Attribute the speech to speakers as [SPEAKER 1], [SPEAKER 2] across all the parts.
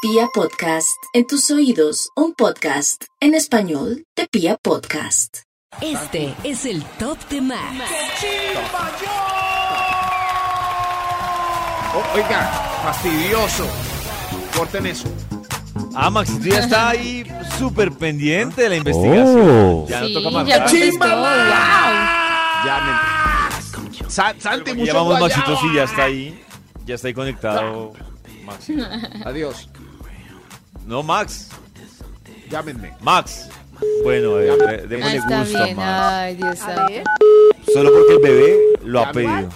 [SPEAKER 1] Pia Podcast, en tus oídos, un podcast en español de Pia Podcast.
[SPEAKER 2] Este es el top de Max.
[SPEAKER 3] O- oiga, fastidioso. Corten eso.
[SPEAKER 4] Ah, Max, tú ya está ahí súper pendiente de la investigación.
[SPEAKER 3] Oh.
[SPEAKER 4] Ya no toca más.
[SPEAKER 5] ya contestó,
[SPEAKER 3] Ya, men. Sa- Santi, mucho
[SPEAKER 4] Llamamos
[SPEAKER 3] guayao.
[SPEAKER 4] Maxito, sí, ya está ahí. Ya está ahí conectado. Max.
[SPEAKER 3] Adiós.
[SPEAKER 4] No, Max.
[SPEAKER 3] Llámenme.
[SPEAKER 4] Max. Bueno, eh, de-
[SPEAKER 5] wow. Ah,
[SPEAKER 4] démosle
[SPEAKER 5] está
[SPEAKER 4] gusto a
[SPEAKER 5] bien,
[SPEAKER 4] Max.
[SPEAKER 5] ay Dios
[SPEAKER 6] A
[SPEAKER 5] santo.
[SPEAKER 6] ver,
[SPEAKER 4] Solo porque el bebé lo ha
[SPEAKER 3] Ya.
[SPEAKER 4] pedido.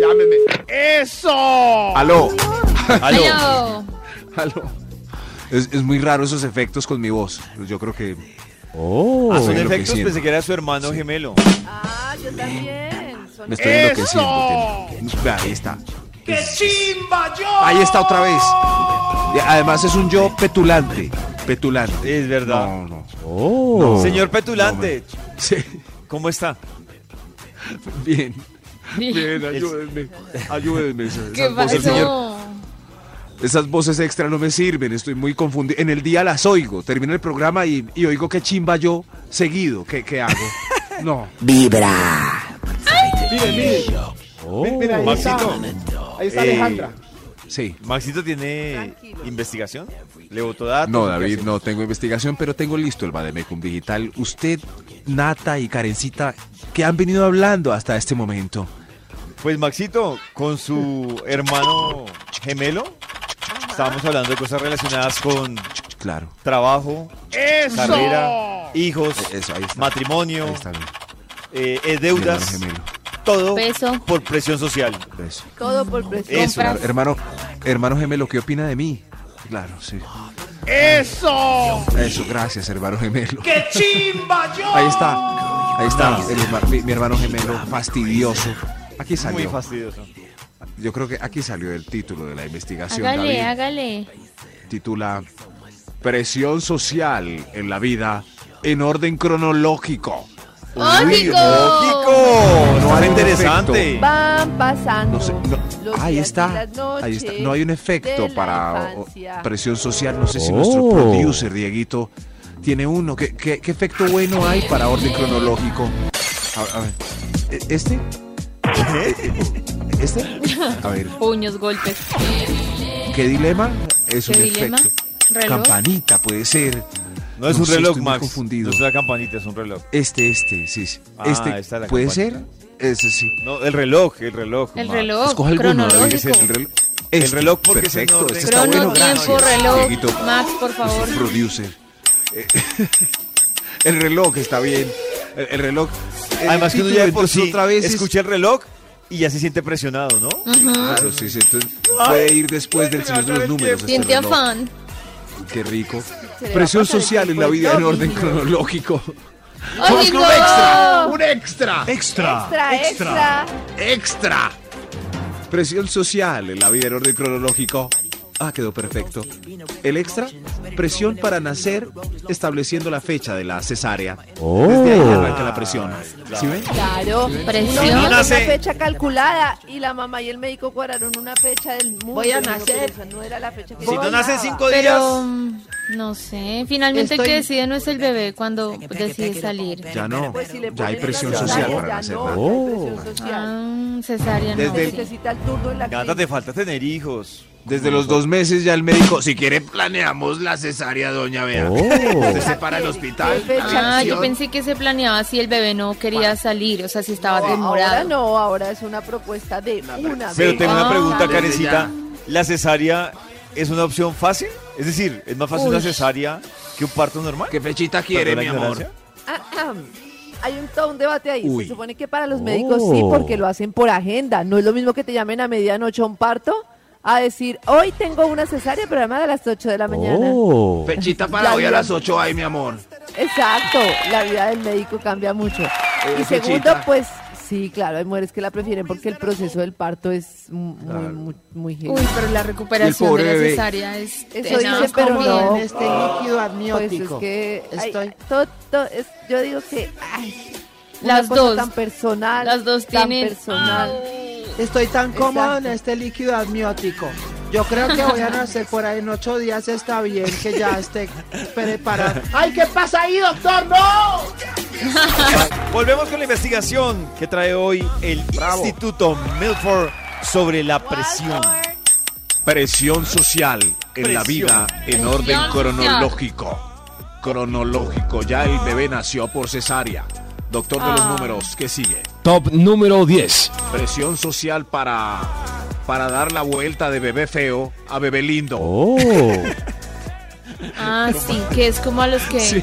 [SPEAKER 3] Llámenme. ¡Eso! Aló.
[SPEAKER 4] Aló. Ah,
[SPEAKER 5] Aló.
[SPEAKER 3] Aló. Es, es muy raro esos efectos con mi voz. Yo creo que.
[SPEAKER 4] Ah, son
[SPEAKER 3] Soy lo que
[SPEAKER 4] efectos,
[SPEAKER 3] siento.
[SPEAKER 4] pensé que era su hermano gemelo.
[SPEAKER 6] ah, yo también. Son-
[SPEAKER 3] Me estoy enloqueciendo. Tena. Ahí está.
[SPEAKER 7] ¡Qué chimba yo!
[SPEAKER 3] Ahí está otra vez. Y Además es un yo petulante. Petulante.
[SPEAKER 4] Es verdad.
[SPEAKER 3] No, no.
[SPEAKER 4] Señor Petulante,
[SPEAKER 3] Sí.
[SPEAKER 4] ¿cómo está?
[SPEAKER 3] Bien. Bien, ayúdenme. Ayúdenme.
[SPEAKER 5] ¿Qué
[SPEAKER 3] Esas voces-
[SPEAKER 5] pasó?
[SPEAKER 3] Esas voces extra no me sirven, estoy muy confundido. En el día las oigo, termino el programa y, y oigo que chimba yo seguido. ¿Qué, qué hago? No. Oh.
[SPEAKER 4] Maxito. Ahí está Alejandra.
[SPEAKER 3] Sí.
[SPEAKER 4] Eh, Maxito tiene investigación. Le votó datos.
[SPEAKER 3] No, David,
[SPEAKER 4] ¿Qué
[SPEAKER 3] no tengo investigación, pero tengo listo el Bademecum Digital. Usted, Nata y Karencita, que han venido hablando hasta este momento.
[SPEAKER 4] Pues Maxito, con su hermano gemelo, estábamos hablando de cosas relacionadas con
[SPEAKER 3] Claro.
[SPEAKER 4] trabajo, carrera, hijos,
[SPEAKER 3] E- Eso, ahí está.
[SPEAKER 4] matrimonio,
[SPEAKER 3] Ahí está bien.
[SPEAKER 4] eh, eh,
[SPEAKER 3] Mi hermano
[SPEAKER 4] deudas,
[SPEAKER 3] gemelo.
[SPEAKER 4] todo
[SPEAKER 5] Peso.
[SPEAKER 4] por presión social.
[SPEAKER 3] Eso.
[SPEAKER 6] Todo por presión.
[SPEAKER 4] Eso,
[SPEAKER 3] Claro, hermano, hermano gemelo, ¿qué opina de mí? Claro, sí.
[SPEAKER 7] ¡Eso!
[SPEAKER 3] Eso, gracias, hermano gemelo.
[SPEAKER 7] ¡Qué chimba yo!
[SPEAKER 3] Ahí está, ahí está,
[SPEAKER 4] No.
[SPEAKER 3] el herma- mi, mi hermano gemelo fastidioso. Aquí
[SPEAKER 4] Muy
[SPEAKER 3] salió.
[SPEAKER 4] fastidioso.
[SPEAKER 3] Yo creo que aquí salió el título de la investigación.
[SPEAKER 5] Hágale,
[SPEAKER 3] David.
[SPEAKER 5] hágale.
[SPEAKER 3] Titula Presión social en la vida en orden cronológico.
[SPEAKER 5] ¡Lógico!
[SPEAKER 4] ¡Lógico!
[SPEAKER 3] No
[SPEAKER 4] Está
[SPEAKER 3] hay
[SPEAKER 4] interesante.
[SPEAKER 6] Van pasando.
[SPEAKER 3] No sé, no-
[SPEAKER 6] los
[SPEAKER 3] ahí
[SPEAKER 6] días y
[SPEAKER 3] está.
[SPEAKER 6] las noches
[SPEAKER 3] Ahí está. No hay un efecto
[SPEAKER 6] de la
[SPEAKER 3] para o-
[SPEAKER 6] infancia.
[SPEAKER 3] presión social. No sé si nuestro
[SPEAKER 4] Oh.
[SPEAKER 3] producer, Dieguito, tiene uno. ¿Qué, qué- qué efecto bueno hay para orden cronológico? A- a ver. ¿E- ¿Este? ¿E, ¿Este? A ver.
[SPEAKER 5] Puños, golpes.
[SPEAKER 3] ¿Qué dilema? Es
[SPEAKER 5] ¿Qué
[SPEAKER 3] un
[SPEAKER 5] dilema?
[SPEAKER 3] efecto.
[SPEAKER 5] Reloj.
[SPEAKER 3] Campanita puede ser.
[SPEAKER 4] No es
[SPEAKER 3] No
[SPEAKER 4] un
[SPEAKER 3] sé,
[SPEAKER 4] reloj,
[SPEAKER 3] estoy muy
[SPEAKER 4] Max.
[SPEAKER 3] confundido.
[SPEAKER 4] No es una campanita, es un reloj.
[SPEAKER 3] Este, este, sí. sí.
[SPEAKER 4] Ah,
[SPEAKER 3] este
[SPEAKER 4] esta es la
[SPEAKER 3] puede ser.
[SPEAKER 4] campanita.
[SPEAKER 3] Ese sí.
[SPEAKER 4] No, el reloj, el reloj.
[SPEAKER 5] El
[SPEAKER 4] Max.
[SPEAKER 5] reloj.
[SPEAKER 3] Escoge alguno, David,
[SPEAKER 5] cronológico.
[SPEAKER 3] ese, el reloj.
[SPEAKER 4] El
[SPEAKER 3] Este,
[SPEAKER 4] reloj porque es en
[SPEAKER 3] perfecto.
[SPEAKER 4] orden.
[SPEAKER 3] este está
[SPEAKER 5] Crono,
[SPEAKER 3] bueno,
[SPEAKER 5] tiempo,
[SPEAKER 3] gracias,
[SPEAKER 5] reloj.
[SPEAKER 3] Dieguito.
[SPEAKER 5] Max, por favor.
[SPEAKER 3] Nuestro producer. Eh, el reloj está bien. El, el reloj. eh, El
[SPEAKER 4] Además que uno
[SPEAKER 3] título,
[SPEAKER 4] ya de por
[SPEAKER 3] entonces,
[SPEAKER 4] sí
[SPEAKER 3] otra vez es-
[SPEAKER 4] escucha el reloj y ya se siente presionado, ¿no?
[SPEAKER 3] Claro, Ah, sí, sí, entonces puede ir después del señor de los números. este
[SPEAKER 5] Siente
[SPEAKER 3] reloj.
[SPEAKER 5] afán.
[SPEAKER 3] Qué rico.
[SPEAKER 6] Se le va a
[SPEAKER 3] Presión
[SPEAKER 6] pasar el
[SPEAKER 3] social en
[SPEAKER 6] tiempo
[SPEAKER 3] la vida en orden
[SPEAKER 6] rápido.
[SPEAKER 3] cronológico.
[SPEAKER 5] ¡Lógico!
[SPEAKER 7] ¡Un extra!
[SPEAKER 6] Extra, extra.
[SPEAKER 3] Extra. Presión social en la vida en orden cronológico. Ah, quedó perfecto. El extra, presión para nacer estableciendo la fecha de la cesárea. Desde ahí arranca la presión. ¿Sí ven?
[SPEAKER 6] Claro.
[SPEAKER 5] Presión.
[SPEAKER 6] Uno con una
[SPEAKER 4] Nace.
[SPEAKER 6] fecha calculada y la mamá y el médico cuadraron una fecha del mundo. Voy a nacer. no era la fecha que
[SPEAKER 4] Si no
[SPEAKER 6] yo
[SPEAKER 4] nace en
[SPEAKER 6] daba.
[SPEAKER 4] cinco
[SPEAKER 5] Pero,
[SPEAKER 4] días.
[SPEAKER 5] mm, no sé. Finalmente el que decide no es el bebé cuando decide salir.
[SPEAKER 3] Ya no.
[SPEAKER 6] Pues si le
[SPEAKER 3] Ya hay
[SPEAKER 6] ponen
[SPEAKER 3] presión
[SPEAKER 6] una cesárea,
[SPEAKER 3] social para
[SPEAKER 6] ya
[SPEAKER 3] nacer.
[SPEAKER 6] no,
[SPEAKER 3] ¿no?
[SPEAKER 6] ya hay presión social.
[SPEAKER 5] Ah, cesárea no.
[SPEAKER 3] Desde el-
[SPEAKER 5] sí.
[SPEAKER 6] Necesita el turno en la
[SPEAKER 4] Nata, te falta tener hijos.
[SPEAKER 3] Desde los dos meses ya el médico, si quiere, planeamos la cesárea, doña Bea.
[SPEAKER 8] Oh.
[SPEAKER 3] Usted se para al hospital.
[SPEAKER 6] ¿Qué fecha?
[SPEAKER 5] Ah, yo pensé que se planeaba si el bebé no quería salir, o sea, si estaba
[SPEAKER 6] Ahora
[SPEAKER 5] demorado.
[SPEAKER 6] no, ahora es una propuesta de una
[SPEAKER 4] Pero
[SPEAKER 6] vez.
[SPEAKER 4] tengo una
[SPEAKER 5] Ah.
[SPEAKER 4] pregunta,
[SPEAKER 3] Desde
[SPEAKER 4] Karencita. ¿La cesárea es una opción fácil? Es decir, ¿es más fácil una
[SPEAKER 5] Uy.
[SPEAKER 4] cesárea que un parto normal?
[SPEAKER 3] ¿Qué fechita quiere,
[SPEAKER 4] Perdón la
[SPEAKER 3] mi amor?
[SPEAKER 4] ignorancia.
[SPEAKER 6] Ahem. Hay un, todo un debate ahí.
[SPEAKER 3] Uy.
[SPEAKER 6] Se supone que para los médicos sí, porque lo hacen por agenda. No es lo mismo que te llamen a medianoche a un parto a decir, hoy tengo una cesárea, pero además a las 8 de la mañana.
[SPEAKER 3] Fechita
[SPEAKER 6] Ya,
[SPEAKER 3] para hoy a
[SPEAKER 6] ya.
[SPEAKER 3] las 8 ay, mi amor.
[SPEAKER 6] Exacto, la vida del médico cambia mucho. y
[SPEAKER 3] fechita.
[SPEAKER 6] segundo, pues sí, claro, hay mujeres que la prefieren porque el proceso del parto es m- muy, muy, muy heavy.
[SPEAKER 5] Uy, pero la
[SPEAKER 3] El
[SPEAKER 5] recuperación
[SPEAKER 3] pobre
[SPEAKER 5] de la
[SPEAKER 3] bebé.
[SPEAKER 5] cesárea es
[SPEAKER 6] Eso
[SPEAKER 5] tenaz
[SPEAKER 6] dice, pero
[SPEAKER 5] también.
[SPEAKER 6] no.
[SPEAKER 9] este líquido
[SPEAKER 6] Pues
[SPEAKER 9] amniótico.
[SPEAKER 6] es que ay,
[SPEAKER 9] Estoy-
[SPEAKER 6] todo- todo es- yo digo que ay, una
[SPEAKER 5] Las
[SPEAKER 6] cosa
[SPEAKER 5] dos.
[SPEAKER 6] tan personal,
[SPEAKER 5] Las dos
[SPEAKER 6] tan
[SPEAKER 5] tienen-
[SPEAKER 6] personal.
[SPEAKER 9] Estoy tan cómodo en
[SPEAKER 6] Exacto.
[SPEAKER 9] este líquido amniótico. Yo creo que voy a nacer por ahí en ocho días. Está bien que ya esté preparado. ¡Ay, qué pasa ahí, doctor! ¡No!
[SPEAKER 4] Volvemos con la investigación que trae hoy el Instituto Milford sobre la presión.
[SPEAKER 3] Presión social en la
[SPEAKER 4] Presión.
[SPEAKER 3] vida en orden
[SPEAKER 5] social.
[SPEAKER 3] cronológico. Cronológico, ya el bebé nació por cesárea. Doctor de los números, ¿qué sigue?
[SPEAKER 8] Top número 10.
[SPEAKER 3] Presión social para para dar la vuelta de bebé feo a bebé lindo.
[SPEAKER 8] Oh.
[SPEAKER 5] Ah, sí, que es como a los que.
[SPEAKER 3] Sí.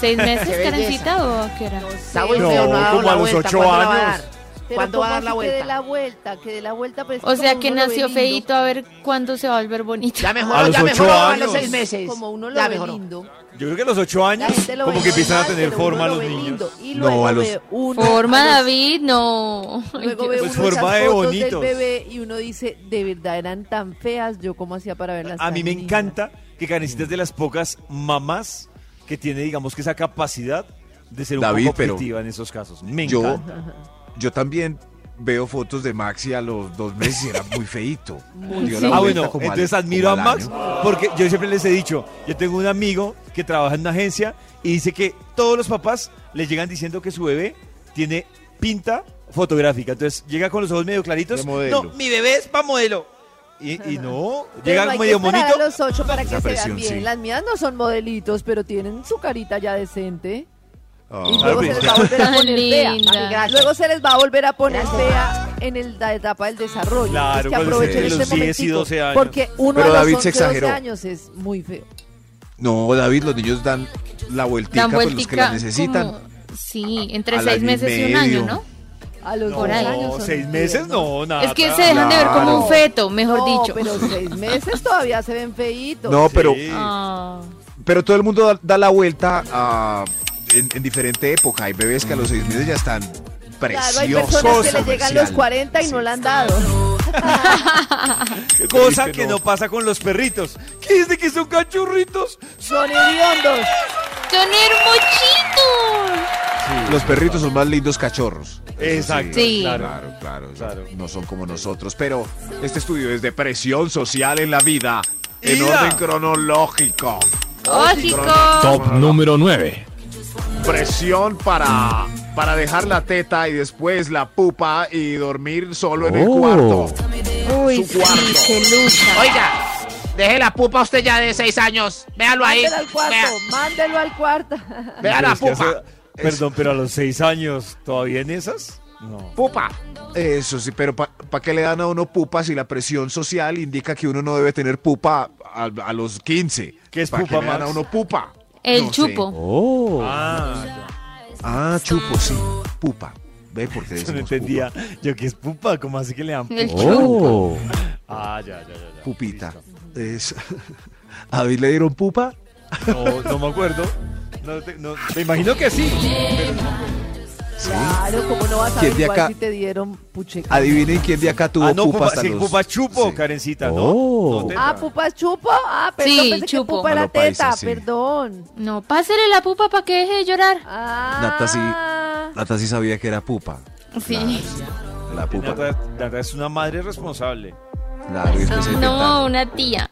[SPEAKER 5] ¿Seis meses,
[SPEAKER 9] Qué belleza.
[SPEAKER 5] Karencita, o a qué era?
[SPEAKER 9] Está muy
[SPEAKER 4] No,
[SPEAKER 9] feo, ha dado
[SPEAKER 4] como
[SPEAKER 9] la
[SPEAKER 4] a los
[SPEAKER 9] vuelta,
[SPEAKER 4] ocho
[SPEAKER 9] ¿cuándo la va a
[SPEAKER 4] años.
[SPEAKER 9] dar?
[SPEAKER 6] Pero
[SPEAKER 9] ¿Cuándo va a
[SPEAKER 6] ¿cómo
[SPEAKER 9] dar la
[SPEAKER 6] así Que dé
[SPEAKER 9] vuelta?
[SPEAKER 6] la vuelta, que dé la vuelta. pero es
[SPEAKER 5] O sea,
[SPEAKER 6] como
[SPEAKER 5] que
[SPEAKER 6] uno lo
[SPEAKER 5] nació
[SPEAKER 6] ve lindo,
[SPEAKER 5] feito a ver cuándo se va a volver bonito.
[SPEAKER 9] Ya
[SPEAKER 4] A
[SPEAKER 9] mejoró,
[SPEAKER 4] los
[SPEAKER 9] ya
[SPEAKER 4] ocho
[SPEAKER 9] mejoró a los
[SPEAKER 4] años.
[SPEAKER 9] seis meses.
[SPEAKER 6] Como uno lo
[SPEAKER 9] ya
[SPEAKER 6] ve
[SPEAKER 9] mejoró.
[SPEAKER 6] lindo.
[SPEAKER 4] Yo creo que a los ocho
[SPEAKER 6] La
[SPEAKER 4] años
[SPEAKER 6] gente lo
[SPEAKER 4] como
[SPEAKER 6] ve
[SPEAKER 4] que empiezan a
[SPEAKER 6] normal,
[SPEAKER 4] tener
[SPEAKER 6] pero uno
[SPEAKER 4] forma
[SPEAKER 6] lo
[SPEAKER 4] los
[SPEAKER 6] ve
[SPEAKER 4] niños.
[SPEAKER 6] lindo. Y
[SPEAKER 3] No,
[SPEAKER 6] luego
[SPEAKER 3] a los-
[SPEAKER 6] ve uno,
[SPEAKER 5] Forma,
[SPEAKER 6] a los-
[SPEAKER 5] David, no. Ay,
[SPEAKER 6] Luego
[SPEAKER 5] Dios.
[SPEAKER 6] ve
[SPEAKER 4] Pues
[SPEAKER 6] uno esas
[SPEAKER 4] forma de
[SPEAKER 6] fotos del
[SPEAKER 4] bonitos.
[SPEAKER 6] bebé y uno dice, de verdad eran tan feas, yo cómo hacía para verlas
[SPEAKER 4] A mí
[SPEAKER 6] tan
[SPEAKER 4] me
[SPEAKER 6] lindas?".
[SPEAKER 4] encanta que Karencita es de las pocas mamás que tiene, digamos, que esa capacidad de ser un
[SPEAKER 3] David,
[SPEAKER 4] poco
[SPEAKER 3] pero
[SPEAKER 4] objetiva en esos casos. Me
[SPEAKER 3] yo-
[SPEAKER 4] encanta.
[SPEAKER 3] Yo también veo fotos de Maxi a los dos meses y era muy feíto. Dio la vuelta
[SPEAKER 4] Ah, bueno,
[SPEAKER 3] como al-
[SPEAKER 4] entonces admiro a
[SPEAKER 3] como al
[SPEAKER 4] Max
[SPEAKER 3] año.
[SPEAKER 4] porque yo siempre les he dicho, yo tengo un amigo que trabaja en una agencia y dice que todos los papás le llegan diciendo que su bebé tiene pinta fotográfica. Entonces llega con los ojos medio claritos. De modelo.
[SPEAKER 7] No, mi bebé es para modelo.
[SPEAKER 4] Y, y no,
[SPEAKER 6] Pero
[SPEAKER 4] llega
[SPEAKER 6] no hay que
[SPEAKER 4] medio
[SPEAKER 6] esperar
[SPEAKER 4] bonito.
[SPEAKER 6] a los ocho para
[SPEAKER 3] esa
[SPEAKER 6] que se vean
[SPEAKER 3] presión,
[SPEAKER 6] bien.
[SPEAKER 3] sí.
[SPEAKER 6] Las mías no son modelitos, pero tienen su carita ya decente. Y
[SPEAKER 3] Ah,
[SPEAKER 6] luego se
[SPEAKER 4] pues,
[SPEAKER 6] les va a volver a
[SPEAKER 5] Tan
[SPEAKER 6] poner
[SPEAKER 5] linda.
[SPEAKER 6] fea. Luego se les va a volver a poner fea en el- la etapa del desarrollo.
[SPEAKER 4] Claro,
[SPEAKER 6] Entonces, que
[SPEAKER 4] cuando
[SPEAKER 6] aprovechen
[SPEAKER 3] se-
[SPEAKER 4] los
[SPEAKER 6] este
[SPEAKER 4] 10 y
[SPEAKER 6] momentico,
[SPEAKER 4] 12 años.
[SPEAKER 6] Porque uno
[SPEAKER 3] Pero
[SPEAKER 6] a los
[SPEAKER 3] David se
[SPEAKER 6] 11, 12
[SPEAKER 3] exageró.
[SPEAKER 6] años es muy feo.
[SPEAKER 3] No, David, los niños dan la vueltica,
[SPEAKER 5] Dan
[SPEAKER 3] pues los que la
[SPEAKER 5] vueltica
[SPEAKER 3] necesitan.
[SPEAKER 5] como- Sí, entre
[SPEAKER 3] al
[SPEAKER 5] seis
[SPEAKER 3] año y
[SPEAKER 5] meses y un
[SPEAKER 3] medio. Ah,
[SPEAKER 5] año, ¿no?
[SPEAKER 6] A los
[SPEAKER 4] No,
[SPEAKER 5] Por
[SPEAKER 6] 12
[SPEAKER 5] ahí.
[SPEAKER 6] años son
[SPEAKER 4] seis
[SPEAKER 6] muy
[SPEAKER 4] meses
[SPEAKER 6] feos,
[SPEAKER 4] no, nada.
[SPEAKER 5] Es que se dejan de ver como un
[SPEAKER 6] Claro.
[SPEAKER 5] feto, mejor
[SPEAKER 6] No,
[SPEAKER 5] dicho.
[SPEAKER 6] pero seis meses todavía se ven feitos.
[SPEAKER 3] No, pero,
[SPEAKER 4] Sí.
[SPEAKER 5] Ah.
[SPEAKER 3] pero todo el mundo da, da la vuelta a- en, en diferente época. Hay bebés que a los seis meses ya están preciosos.
[SPEAKER 6] Claro, hay personas que le llegan los
[SPEAKER 3] Marcial.
[SPEAKER 6] 40 y
[SPEAKER 3] Sí.
[SPEAKER 6] no la han dado.
[SPEAKER 3] Qué
[SPEAKER 4] Cosa
[SPEAKER 3] triste,
[SPEAKER 4] que no pasa con los perritos. ¿Qué es de que son cachorritos?
[SPEAKER 6] Son hediondos.
[SPEAKER 5] ¡Son hermositos!
[SPEAKER 3] Los perritos son más lindos cachorros. Eso
[SPEAKER 4] Exacto,
[SPEAKER 5] Sí.
[SPEAKER 4] claro.
[SPEAKER 3] Claro, claro,
[SPEAKER 4] Claro.
[SPEAKER 3] No son como nosotros. Pero este estudio es de presión social en la vida. En
[SPEAKER 4] Ida.
[SPEAKER 3] orden cronológico.
[SPEAKER 5] ¡Lógico!
[SPEAKER 8] Top número 9.
[SPEAKER 3] Presión para, para dejar la teta y después la pupa y dormir solo en el
[SPEAKER 8] Oh.
[SPEAKER 3] cuarto.
[SPEAKER 5] Uy,
[SPEAKER 3] su cuarto.
[SPEAKER 5] sí, se lucha.
[SPEAKER 7] Oiga, deje la pupa usted ya de seis años. Véalo ahí.
[SPEAKER 6] Mándelo al
[SPEAKER 7] Vea,
[SPEAKER 6] cuarto, mándelo al cuarto.
[SPEAKER 7] vea
[SPEAKER 4] Pero
[SPEAKER 7] la
[SPEAKER 4] es que
[SPEAKER 7] pupa.
[SPEAKER 4] hace- Perdón, pero a los seis años, ¿todavía en esas? No.
[SPEAKER 7] Pupa.
[SPEAKER 3] Eso sí, pero ¿para qué le dan a uno pupa si la presión social indica que uno no debe tener pupa a, a los 15?
[SPEAKER 4] ¿Qué es
[SPEAKER 3] ¿Para
[SPEAKER 4] pupa,
[SPEAKER 3] le dan a
[SPEAKER 4] Max?
[SPEAKER 3] uno pupa?
[SPEAKER 5] El
[SPEAKER 3] No sé.
[SPEAKER 5] chupo.
[SPEAKER 8] Oh.
[SPEAKER 4] Ah,
[SPEAKER 3] Ah, chupo, sí. Pupa. Ve porque
[SPEAKER 4] yo no entendía. Yo que es pupa, ¿cómo así que le dan?
[SPEAKER 5] El chupo.
[SPEAKER 8] Oh.
[SPEAKER 4] Ah, ya, ya, ya. ya.
[SPEAKER 3] Pupita. Es- ¿A David le dieron pupa?
[SPEAKER 4] No, no me acuerdo. No te, no- me imagino que sí.
[SPEAKER 6] Claro, como no vas a
[SPEAKER 3] ¿Quién de
[SPEAKER 6] ver igual
[SPEAKER 3] acá?
[SPEAKER 6] si te dieron pucheca.
[SPEAKER 3] Adivinen quién de acá tuvo
[SPEAKER 4] Ah, no,
[SPEAKER 3] pupa
[SPEAKER 4] pupa,
[SPEAKER 3] hasta
[SPEAKER 4] sí,
[SPEAKER 3] los-
[SPEAKER 4] pupa chupo,
[SPEAKER 3] Sí.
[SPEAKER 4] Karencita, ¿no?
[SPEAKER 8] Oh.
[SPEAKER 4] No te-
[SPEAKER 6] Ah, pupa es chupo. Ah, perdón,
[SPEAKER 5] Sí,
[SPEAKER 6] pensé
[SPEAKER 5] chupo.
[SPEAKER 6] que pupa era
[SPEAKER 3] Malo paisa,
[SPEAKER 6] teta,
[SPEAKER 3] sí.
[SPEAKER 6] perdón.
[SPEAKER 5] No, pásale la pupa para que deje de llorar.
[SPEAKER 6] Ah.
[SPEAKER 3] Nata sí. Nata sí sabía que era pupa.
[SPEAKER 5] Sí.
[SPEAKER 3] Claro, La pupa.
[SPEAKER 4] Nata, Nata es una madre responsable.
[SPEAKER 3] Claro, y empecé a
[SPEAKER 5] No,
[SPEAKER 3] inventar.
[SPEAKER 5] una tía.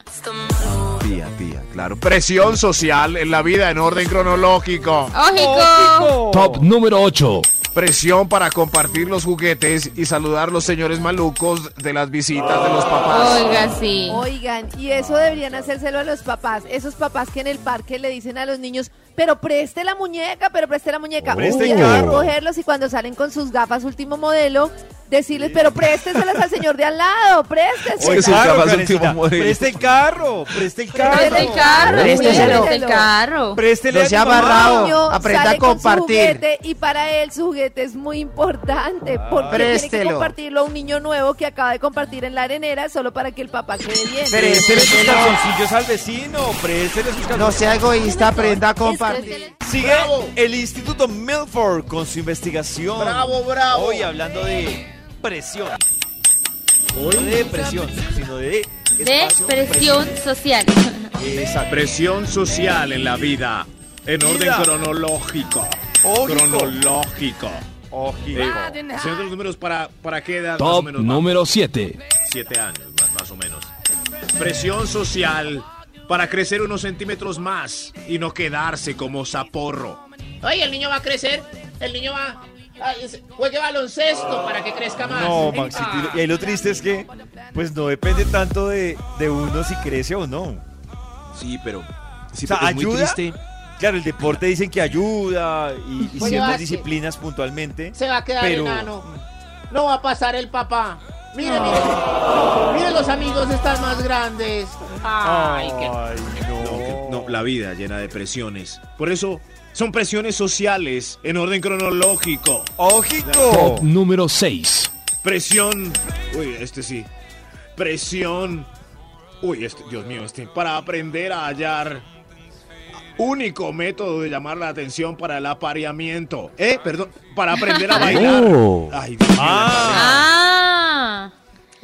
[SPEAKER 3] Tía, tía, claro. Presión social en la vida en orden cronológico.
[SPEAKER 5] ¡Lógico!
[SPEAKER 8] Top número 8.
[SPEAKER 3] Presión para compartir los juguetes y saludar los señores malucos de las visitas de los papás.
[SPEAKER 5] Oiga, sí.
[SPEAKER 6] Oigan, y eso deberían hacérselo a los papás. Esos papás que en el parque le dicen a los niños, pero preste la muñeca, pero preste la muñeca.
[SPEAKER 4] Preste
[SPEAKER 6] Uy,
[SPEAKER 4] el
[SPEAKER 6] hay que
[SPEAKER 4] carro.
[SPEAKER 6] cogerlos y cuando salen con sus gafas último modelo, decirles, pero préstenselas al señor de al lado, préstenselas.
[SPEAKER 3] Oiga, que sus gafas último
[SPEAKER 4] Karencita,
[SPEAKER 3] modelo.
[SPEAKER 4] Preste el carro, preste el carro.
[SPEAKER 5] Preste el carro,
[SPEAKER 9] Préstaselo.
[SPEAKER 5] preste el carro.
[SPEAKER 4] Préstele
[SPEAKER 9] No
[SPEAKER 4] a
[SPEAKER 9] se
[SPEAKER 4] tu
[SPEAKER 9] ha
[SPEAKER 4] mamá.
[SPEAKER 9] amarrado. Bravo,
[SPEAKER 6] niño
[SPEAKER 9] aprenda
[SPEAKER 6] sale
[SPEAKER 9] a
[SPEAKER 6] con su
[SPEAKER 9] compartir.
[SPEAKER 6] juguete y para él su juguete es muy importante
[SPEAKER 7] Ah.
[SPEAKER 6] porque tiene
[SPEAKER 9] Préstelo.
[SPEAKER 6] que compartirlo a un niño nuevo que acaba de compartir en la arenera solo para que el papá quede bien.
[SPEAKER 4] Préstele sus
[SPEAKER 9] Préstaselo.
[SPEAKER 4] calzoncillos al vecino. Préstele sus calzoncillos.
[SPEAKER 9] No sea egoísta, aprenda a compartir.
[SPEAKER 4] Sigue el Instituto Milford con su investigación.
[SPEAKER 7] Bravo, bravo.
[SPEAKER 4] Hoy hablando de presión. No de presión, sino de
[SPEAKER 5] De presión social.
[SPEAKER 3] Presión social en la vida en orden
[SPEAKER 4] Vida.
[SPEAKER 3] cronológico.
[SPEAKER 4] Ógico.
[SPEAKER 3] Cronológico.
[SPEAKER 4] Ojico.
[SPEAKER 3] Eh, señor de los números, ¿para, para qué edad más o
[SPEAKER 8] Top
[SPEAKER 3] menos va?
[SPEAKER 8] número 7.
[SPEAKER 3] Siete años, más, más o menos.
[SPEAKER 7] Presión social para crecer unos centímetros más y no quedarse como zaporro.
[SPEAKER 9] Oye, el niño va a crecer. El niño va. a- es- Juegue baloncesto para que crezca más.
[SPEAKER 4] No, Maxito. y
[SPEAKER 9] Ah.
[SPEAKER 4] lo- Y ahí lo triste es que, pues no depende tanto de, de uno si crece o no.
[SPEAKER 7] Sí, pero. Sí,
[SPEAKER 4] O sea,
[SPEAKER 7] porque es muy
[SPEAKER 4] ayuda.
[SPEAKER 7] triste.
[SPEAKER 4] Claro, el deporte dicen que ayuda y, y
[SPEAKER 9] Juegue
[SPEAKER 4] ciertas
[SPEAKER 9] básquet.
[SPEAKER 4] disciplinas puntualmente.
[SPEAKER 9] Se va a quedar
[SPEAKER 4] Pero-
[SPEAKER 9] enano. No va a pasar el papá. Mire, mire.
[SPEAKER 4] Ah.
[SPEAKER 9] Mire, los amigos están más grandes. Ay, qué
[SPEAKER 4] Ay,
[SPEAKER 7] No, que-
[SPEAKER 4] no.
[SPEAKER 7] no, la vida llena de presiones. Por eso son presiones sociales en orden cronológico.
[SPEAKER 4] ¡Ojico!
[SPEAKER 10] Top número 6.
[SPEAKER 7] Presión. Uy, este sí. Presión. Uy, este, Dios mío, este. Para aprender a hallar. Único método de llamar la atención para el apareamiento. Eh, perdón. Para aprender a bailar.
[SPEAKER 4] Oh.
[SPEAKER 7] Ay, Dios mío.
[SPEAKER 4] Ah.